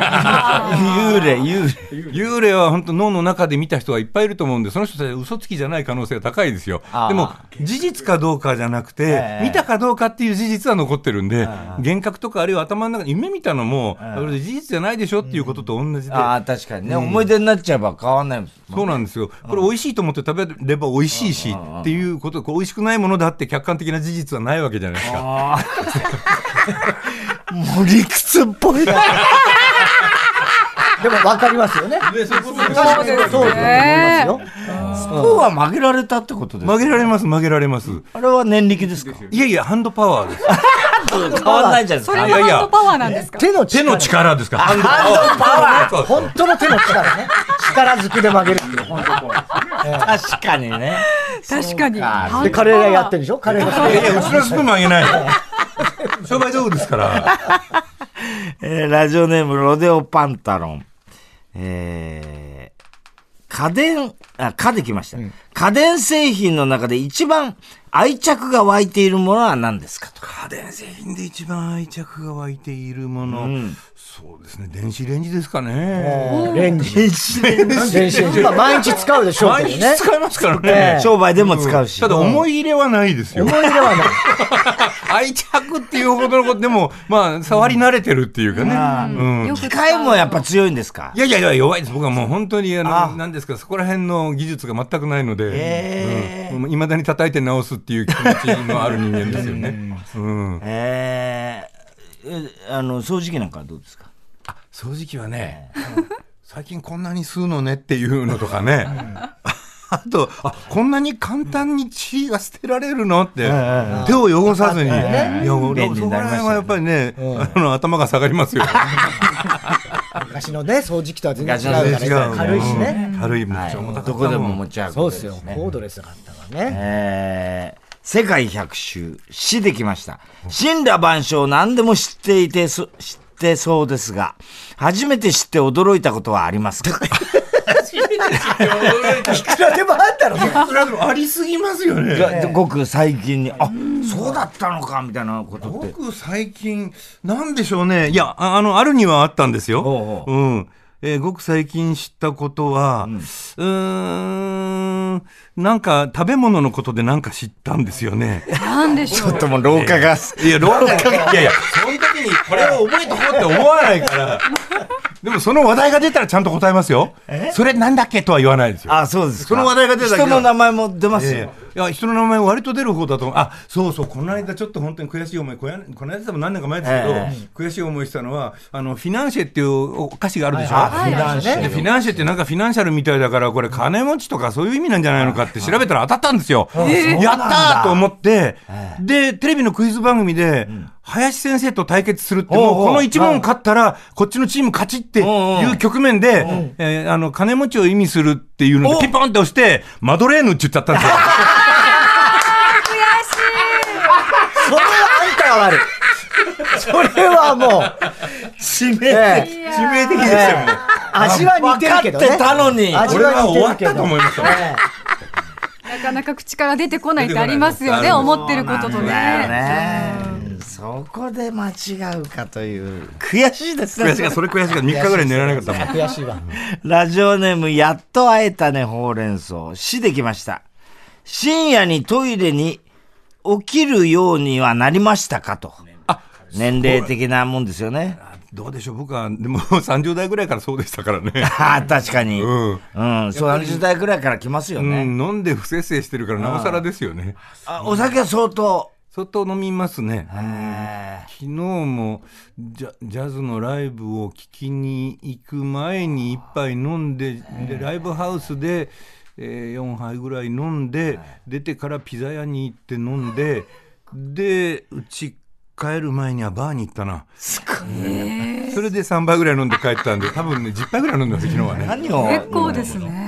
[SPEAKER 3] あ幽霊、幽
[SPEAKER 2] 霊。幽霊は本当脳の中で見た人がいっぱいいると思うんで、その人たち嘘つきじゃない可能性が高いですよ。でも、事実かどうかじゃなくて、見たかどうかっていう事実は残ってるんで、幻覚とかあるいは頭の中に夢見たのも、事実じゃないでしょっていうことと同じで。
[SPEAKER 3] ああ、確かにね。思い出になっちゃえば変わんない
[SPEAKER 2] そうなんですよ。これ美味しいと思って食べれば美味しいし、っていうこと、美味しくないものだって客観的な事実はないわけじゃないですか。
[SPEAKER 3] もう理屈っぽい。
[SPEAKER 1] でも分かりますよね。
[SPEAKER 2] ねそうそ
[SPEAKER 1] そう
[SPEAKER 2] う
[SPEAKER 1] ね。そう
[SPEAKER 3] スプーンは曲げられたってことです
[SPEAKER 2] 曲げられます、曲げられます。
[SPEAKER 3] あれは念力ですか
[SPEAKER 2] いやいや、ハンドパワーです。
[SPEAKER 3] 変わんないじゃないです
[SPEAKER 4] か。それがハンドパワーなんですか
[SPEAKER 1] 手の
[SPEAKER 2] 手の力ですかハ
[SPEAKER 3] ンドパワー
[SPEAKER 1] 本当の手の力ね。力ずくで曲げる
[SPEAKER 3] 確かにね。
[SPEAKER 4] 確かに。
[SPEAKER 1] で、カレーがやってるでしょカレーが。
[SPEAKER 2] いやいや、うちのスプーン曲げない。商売道具ですから。
[SPEAKER 3] えー、ラジオネーム、ロデオパンタロン。えー、家電、あ、家で来ました、ね、うん、家電製品の中で一番愛着が湧いているものは何ですかと。
[SPEAKER 2] 家電製品で一番愛着が湧いているもの。うん、そうですね。電子レンジですかね。
[SPEAKER 1] レンジ。電子レンジ。電子レンジ。毎日使うでしょう
[SPEAKER 2] けどね。毎日使いますからね。
[SPEAKER 3] 商売でも使うし。
[SPEAKER 2] ただ思い入れはないですよ。
[SPEAKER 1] 思い入れはない。
[SPEAKER 2] 愛着っていうほどのことでも、まあ、触り慣れてるっていうかね。
[SPEAKER 3] うん。機械もやっぱ強いんですか
[SPEAKER 2] いやいやいや、弱いです。僕はもう本当に、あの、なんですか、そこら辺の技術が全くないので、いまだに叩いて直すっていう気持ちのある人間ですよね。うん。
[SPEAKER 3] えあの、掃除機なんかどうですか
[SPEAKER 2] あ、掃除機はね、最近こんなに吸うのねっていうのとかね。あと、あ、こんなに簡単に血が捨てられるのって、手を汚さずに。いや、俺、そこら辺はやっぱりね、あの、頭が下がりますよ。
[SPEAKER 1] 昔のね、掃除機とは全然違うから、軽いしね。
[SPEAKER 2] 軽い、
[SPEAKER 3] どこでも持ち運ぶ。
[SPEAKER 1] そうですよ。コードレスがあったからね。
[SPEAKER 3] えー世界百周、死できました。神羅万象何でも知っていて、知ってそうですが、初めて知って驚いたことはありますか
[SPEAKER 1] 初めて知っていくらでもあったろ、い
[SPEAKER 2] くらでもありすぎますよね。
[SPEAKER 3] ごく最近に、あ、そうだったのか、みたいなこと
[SPEAKER 2] ごく最近、なんでしょうね。いや、あの、あるにはあったんですよ。おう,おう,うん。えー、ごく最近知ったことは、うん、ん、なんか食べ物のことでなんか知ったんですよね。
[SPEAKER 4] なんでし
[SPEAKER 3] ょう。ちょっともう廊下が、
[SPEAKER 2] いや、廊下が、いやいや、その時にこれを覚えとこうって思わないから。でもその話題が出たらちゃんと答えますよ。それなんだっけとは言わないですよ。
[SPEAKER 3] あそうです
[SPEAKER 2] その話題が出た
[SPEAKER 3] 人の名前も出ますよ。
[SPEAKER 2] いや、人の名前割と出る方だとあ、そうそう、この間ちょっと本当に悔しい思い、この間も何年か前ですけど、悔しい思いしたのは、あの、フィナンシェっていうお菓子があるでしょ、はフィナンシェ。フィナンシェってなんかフィナンシャルみたいだから、これ金持ちとかそういう意味なんじゃないのかって調べたら当たったんですよ。やったと思って、で、テレビのクイズ番組で、林先生と対決するって、もうこの1問勝ったら、こっちのチーム勝ちっていう局面で、えー、あの、金持ちを意味するっていうので、ピポンって押して、マドレーヌって言っちゃったんですよ。
[SPEAKER 1] 悔しいそれはあんたが悪い。それはもう、
[SPEAKER 3] 致命的。
[SPEAKER 2] 致命的ですよ、もう。
[SPEAKER 1] 味は似てるけど、ね。
[SPEAKER 3] 分かってたのに。
[SPEAKER 2] 味は終わったと思いました。
[SPEAKER 4] なかなか口から出てこないってありますよね、思ってることとね。
[SPEAKER 3] そこで間違うかという。悔しいですね。
[SPEAKER 2] 悔しいそれ悔しいか3日ぐらい寝られなかったもん。
[SPEAKER 1] 悔しいわ。
[SPEAKER 3] ラジオネーム、やっと会えたね、ほうれん草。死できました。深夜にトイレに起きるようにはなりましたかと。あ、年齢的なもんですよね。
[SPEAKER 2] どうでしょう僕は、でも30代ぐらいからそうでしたからね。
[SPEAKER 3] ああ、確かに。うん。うん。30代ぐらいから来ますよね。
[SPEAKER 2] うん、飲んで不節制してるから、なおさらですよね。
[SPEAKER 3] あ、お酒は相当。
[SPEAKER 2] 相当飲みますね。昨日もジャジャズのライブを聴きに行く前に一杯飲んで、でライブハウスで、えー、4杯ぐらい飲んで、出てからピザ屋に行って飲んで、で、うち帰る前にはバーに行ったな。
[SPEAKER 3] すごい。
[SPEAKER 2] それで3杯ぐらい飲んで帰ったんで、多分ね、10杯ぐらい飲んでます、昨日はね。
[SPEAKER 3] 何を
[SPEAKER 4] 結構ですね。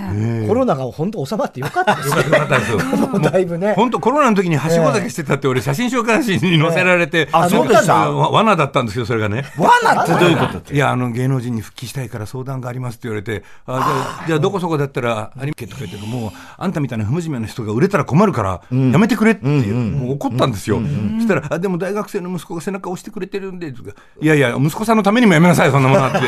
[SPEAKER 1] コロナが本当収まってよかったですよ。
[SPEAKER 2] よかったですよ。
[SPEAKER 1] もうだいぶね。
[SPEAKER 2] 本当コロナの時にはしごだけしてたって、俺、写真週刊誌に載せられて、
[SPEAKER 3] あそうでした
[SPEAKER 2] わ罠だったんですよ、それがね。
[SPEAKER 3] 罠ってどういうことって
[SPEAKER 2] いや、あの、芸能人に復帰したいから相談がありますって言われて、あじゃあ、じゃあどこそこだったら、有馬家とか言ってると、もう、あんたみたいな不真面目な人が売れたら困るから、やめてくれっていう、もう怒ったんですよ。そしたら、あ、でも大学生の息子が背中を押してくれてるんで、とかいやいや、息子さんのためにもやめなさい、そんなもの はって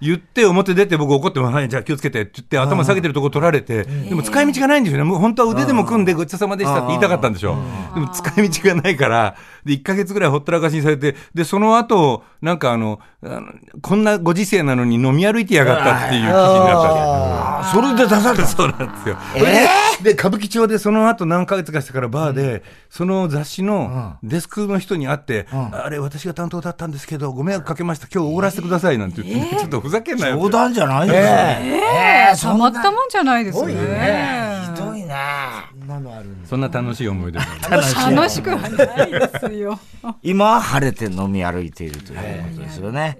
[SPEAKER 2] 言って、表出て僕怒っても、はい、じゃあ気をつけてって言って、頭下げてるとこ取られて、でも使い道がないんですよね。もう本当は腕でも組んでごちそうさまでしたって言いたかったんでしょ。でも使い道がないから、で、1ヶ月ぐらいほったらかしにされて、で、その後、なんかあの、あのこんなご時世なのに飲み歩いてやがったっていう記事になったんですよ
[SPEAKER 1] あ
[SPEAKER 3] それで出され た。
[SPEAKER 2] そうなんですよ。それでで、歌舞伎町でその後何ヶ月かしてからバーで、その雑誌のデスクの人に会って、あれ、私が担当だったんですけど、ご迷惑かけました、今日おごらせてくださいなんて言って、ちょっとふざけんなよ
[SPEAKER 3] 冗
[SPEAKER 2] って。
[SPEAKER 3] 談じゃないよ。ええ
[SPEAKER 4] たまったもんじゃないですね。
[SPEAKER 3] ひどいね。
[SPEAKER 1] ーなのあるんだ
[SPEAKER 2] そんな楽しい思い出もあ ります
[SPEAKER 4] 楽しくはない ですよ。
[SPEAKER 3] 今は晴れて飲み歩いているということですよね。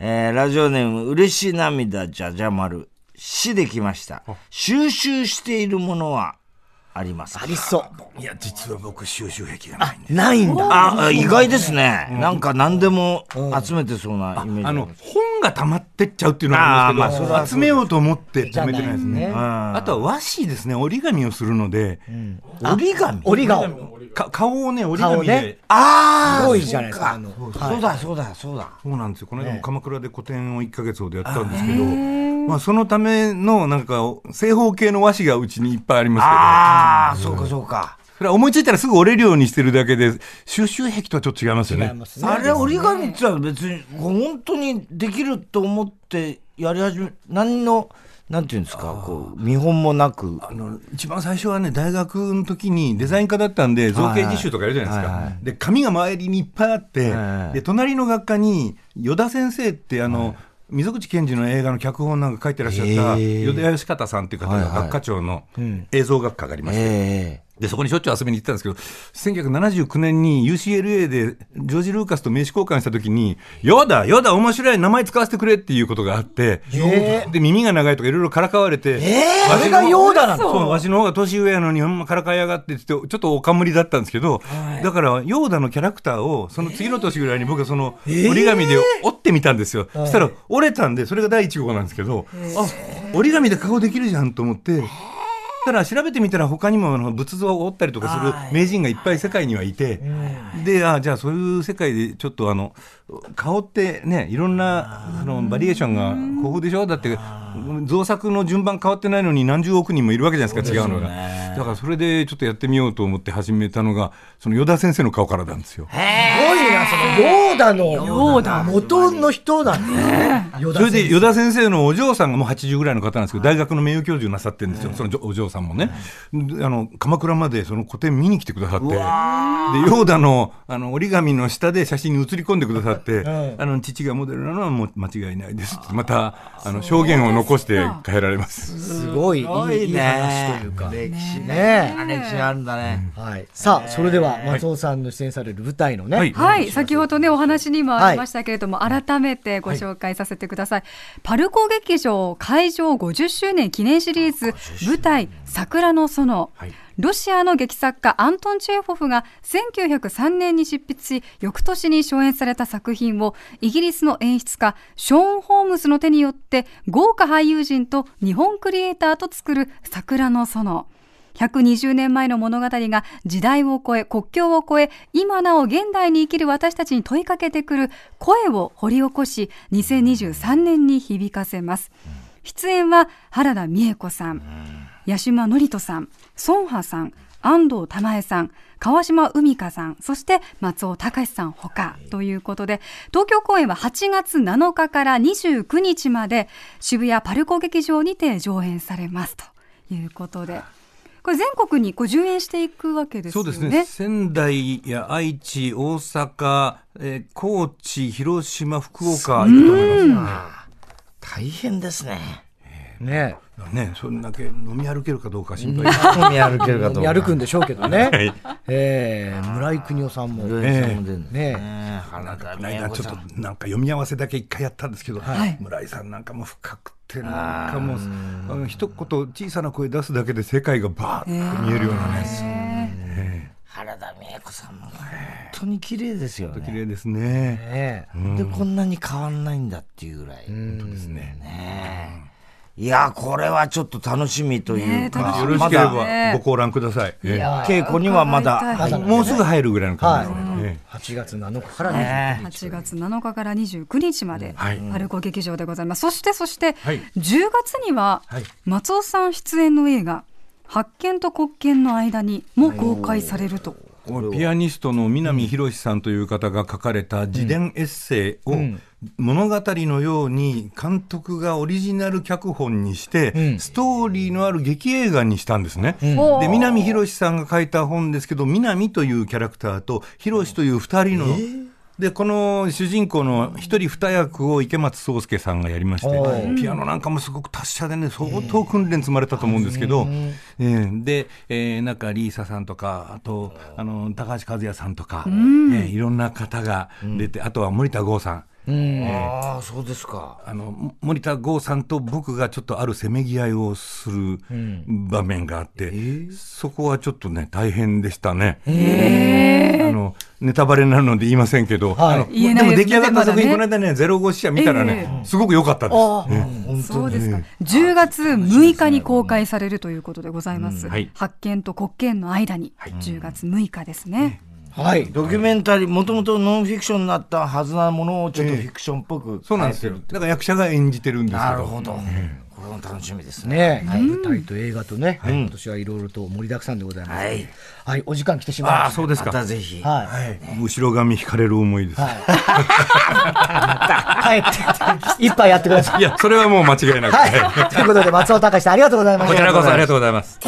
[SPEAKER 3] えーラジオネーム、嬉し涙じゃじゃ丸。死できました。収集しているものはありますか
[SPEAKER 1] ありそう。
[SPEAKER 2] いや、実は僕、収集癖がないんで。
[SPEAKER 1] ないんだ。
[SPEAKER 3] あ、あ意外ですね。なんか何でも集めてそうなイメージ
[SPEAKER 2] あの、本が溜まってっちゃうっていうのはありますけ
[SPEAKER 3] あー
[SPEAKER 2] ど、
[SPEAKER 3] まあそれはそうです
[SPEAKER 2] 集めようと思って貯めてないで
[SPEAKER 1] じ
[SPEAKER 2] す
[SPEAKER 1] ゃない
[SPEAKER 2] ね。
[SPEAKER 1] ね
[SPEAKER 2] ああとは和紙ですね、折り紙をするので、
[SPEAKER 3] 折り紙
[SPEAKER 1] 折り紙。
[SPEAKER 2] か顔をね、折り紙
[SPEAKER 1] 顔ね
[SPEAKER 2] で。
[SPEAKER 3] あ
[SPEAKER 1] す
[SPEAKER 3] あ
[SPEAKER 1] ごいじゃないですか。あの
[SPEAKER 3] そうだそうだそうだ。
[SPEAKER 2] そうなんですよこの間も鎌倉で個展を1か月ほどやったんですけど、まあ、そのためのなんか正方形の和紙がうちにいっぱいあります
[SPEAKER 3] ああ、そうかそうか。
[SPEAKER 2] けどそれは思いついたらすぐ折れるようにしてるだけで収集癖とはちょっと違いますよね
[SPEAKER 1] 違いますね
[SPEAKER 3] あれ折り紙ってのは別に本当にできると思ってやり始め、何の、なんていうんですか、こう、見本もなく。
[SPEAKER 2] あの一番最初はね大学の時にデザイン科だったんで造形実習とかやるじゃないですか、
[SPEAKER 3] はいはい
[SPEAKER 2] で紙が周りにいっぱいあって、
[SPEAKER 3] はいはい
[SPEAKER 2] で隣の学科に依田先生ってあの、溝口健二の映画の脚本なんか書いてらっしゃった
[SPEAKER 3] へー
[SPEAKER 2] 依田義方さんっていう方が学科長の映像学科がありまして、
[SPEAKER 3] え
[SPEAKER 2] で、そこにしょっちゅう遊びに行ってたんですけど、1979年に UCLA でジョージ・ルーカスと名刺交換した時に、ヨダ、ヨダ、面白い名前使わせてくれっていうことがあって、で、耳が長いとかいろいろからかわれて、
[SPEAKER 1] あれがヨーダなの
[SPEAKER 2] そう、わしの方が年上やのに、ほんまからかいやがってって言って、ちょっとおかむりだったんですけど、だから、ヨーダのキャラクターを、その次の年ぐらいに僕はその、折り紙で折ってみたんですよ。そしたら、折れたんで、それが第1号なんですけど、あ、折り紙で顔できるじゃんと思って、たら調べてみたら他にもあの仏像を折ったりとかする名人がいっぱい世界にはいて、であじゃあそういう世界でちょっとあの顔ってねいろんなあのバリエーションが豊富でしょだって造作の順番変わってないのに何十億人もいるわけじゃないですか違うのがだからそれでちょっとやってみようと思って始めたのがその依田先生の顔からなんですよ。
[SPEAKER 1] すごいな、そのヨーダの。ヨーダ。元の人なんだ。ヨー
[SPEAKER 2] それ
[SPEAKER 1] ダ。
[SPEAKER 2] で、依田先生のお嬢さんがもう80ぐらいの方なんですけど、大学の名誉教授なさってるんですよ、そのお嬢さんもね。であの、鎌倉までその個展見に来てくださって、で、ヨーダの、あの、折り紙の下で写真に写り込んでくださって、あの、父がモデルなのはもう間違いないですってまた、あの、証言を残して変えられます。
[SPEAKER 1] すごい、いいいい話というか。
[SPEAKER 3] 歴史ね。
[SPEAKER 1] ねえ。
[SPEAKER 3] 歴史あるんだね。
[SPEAKER 1] はい。さあ、それでは、松尾さんの出演される舞台のね、
[SPEAKER 2] はい
[SPEAKER 4] はい、先ほどね、お話にもありましたけれども、改めてご紹介させてください。パルコ劇場開場50周年記念シリーズ、舞台、桜の園。
[SPEAKER 2] はい
[SPEAKER 4] ロシアの劇作家アントン・チェーホフが1903年に執筆し翌年に初演された作品をイギリスの演出家ショーン・ホームズの手によって豪華俳優陣と日本クリエイターと作る「桜の園」。120年前の物語が時代を超え国境を越え今なお現代に生きる私たちに問いかけてくる声を掘り起こし2023年に響かせます出演は原田美恵子さん八島智人さん、孫波さん、安藤玉恵さん、川島海香さん、そして松尾隆さんほかということで、東京公演は8月7日から29日まで渋谷パルコ劇場にて上演されますということで、これ全国にこう上演していくわけです
[SPEAKER 2] そ
[SPEAKER 4] よ
[SPEAKER 2] う
[SPEAKER 4] ね。
[SPEAKER 2] ですね仙台や愛知、大阪、えー高知、広島、福岡、いくと思います
[SPEAKER 3] 大変ですね。
[SPEAKER 1] ね
[SPEAKER 2] ねそんだけ飲み歩けるかどうか心配
[SPEAKER 3] 飲み歩けるか どうか。
[SPEAKER 1] 歩くんでしょうけどね。はい、ええー、村井邦夫さんも。
[SPEAKER 3] 村井さんも出るね。
[SPEAKER 2] 花田美奈ちょっとなんか読み合わせだけ一回やったんですけど、はい、村井さんなんかも深くてなんかもうあの一言小さな声出すだけで世界がバーッと見えるようなね。
[SPEAKER 3] えー原田美恵子さんも本当に綺麗ですよね。
[SPEAKER 2] 綺麗ですね。
[SPEAKER 3] で、こんなに変わんないんだっていうぐらい。
[SPEAKER 2] 本当ですね。
[SPEAKER 3] いや、これはちょっと楽しみというか。
[SPEAKER 2] よろしければご覧ください。
[SPEAKER 3] 稽古にはまだ、
[SPEAKER 2] もうすぐ入るぐらいの感じですね。
[SPEAKER 1] 8月7日からね。
[SPEAKER 4] 8月7日から29日まで、パルコ劇場でございます。そして、そして、10月には、松尾さん出演の映画、発見と国権の間にも公開されると。、
[SPEAKER 2] ピアニストの南博さんという方が書かれた自伝エッセイを物語のように監督がオリジナル脚本にしてストーリーのある劇映画にしたんですね。で南博さんが書いた本ですけど南というキャラクターと博という2人の、えーでこの主人公の一人二役を池松壮亮さんがやりましてピアノなんかもすごく達者でね相当訓練積まれたと思うんですけど、えー、で、えー、中里依紗さんとかあとあの高橋和也さんとか、えー、いろんな方が出て、あとは森田剛さん。
[SPEAKER 3] ああそうですか
[SPEAKER 2] あの森田剛さんと僕がちょっとあるせめぎ合いをする場面があって、そこはちょっとね大変でしたね。あのネタバレなので言いませんけど、でも出来上がった作品、この間ね「05試写」見たらね、すごく良かったです
[SPEAKER 4] そうですか10月6日に公開されるということでございます、発見と国権の間に、は10月6日ですね。
[SPEAKER 3] はい、ドキュメンタリー、もともとノンフィクションになったはずなものをちょっとフィクションっぽく、
[SPEAKER 2] そうなんですよ、だから役者が演じてるんですけど、
[SPEAKER 3] なるほど、これも楽しみです
[SPEAKER 1] ね、舞台と映画とね、今年はいろいろと盛りだくさんでございます、はい、お時間来てしまいました、
[SPEAKER 2] そうですか、
[SPEAKER 3] まぜひ、
[SPEAKER 2] はい後ろ髪引かれる思いです、
[SPEAKER 1] はい、一杯やってく ださ
[SPEAKER 2] い、いや、それはもう間違いなく、
[SPEAKER 1] はい、ということで、松尾隆さん、ありがとうございました。
[SPEAKER 2] こちらこそありがとうございます。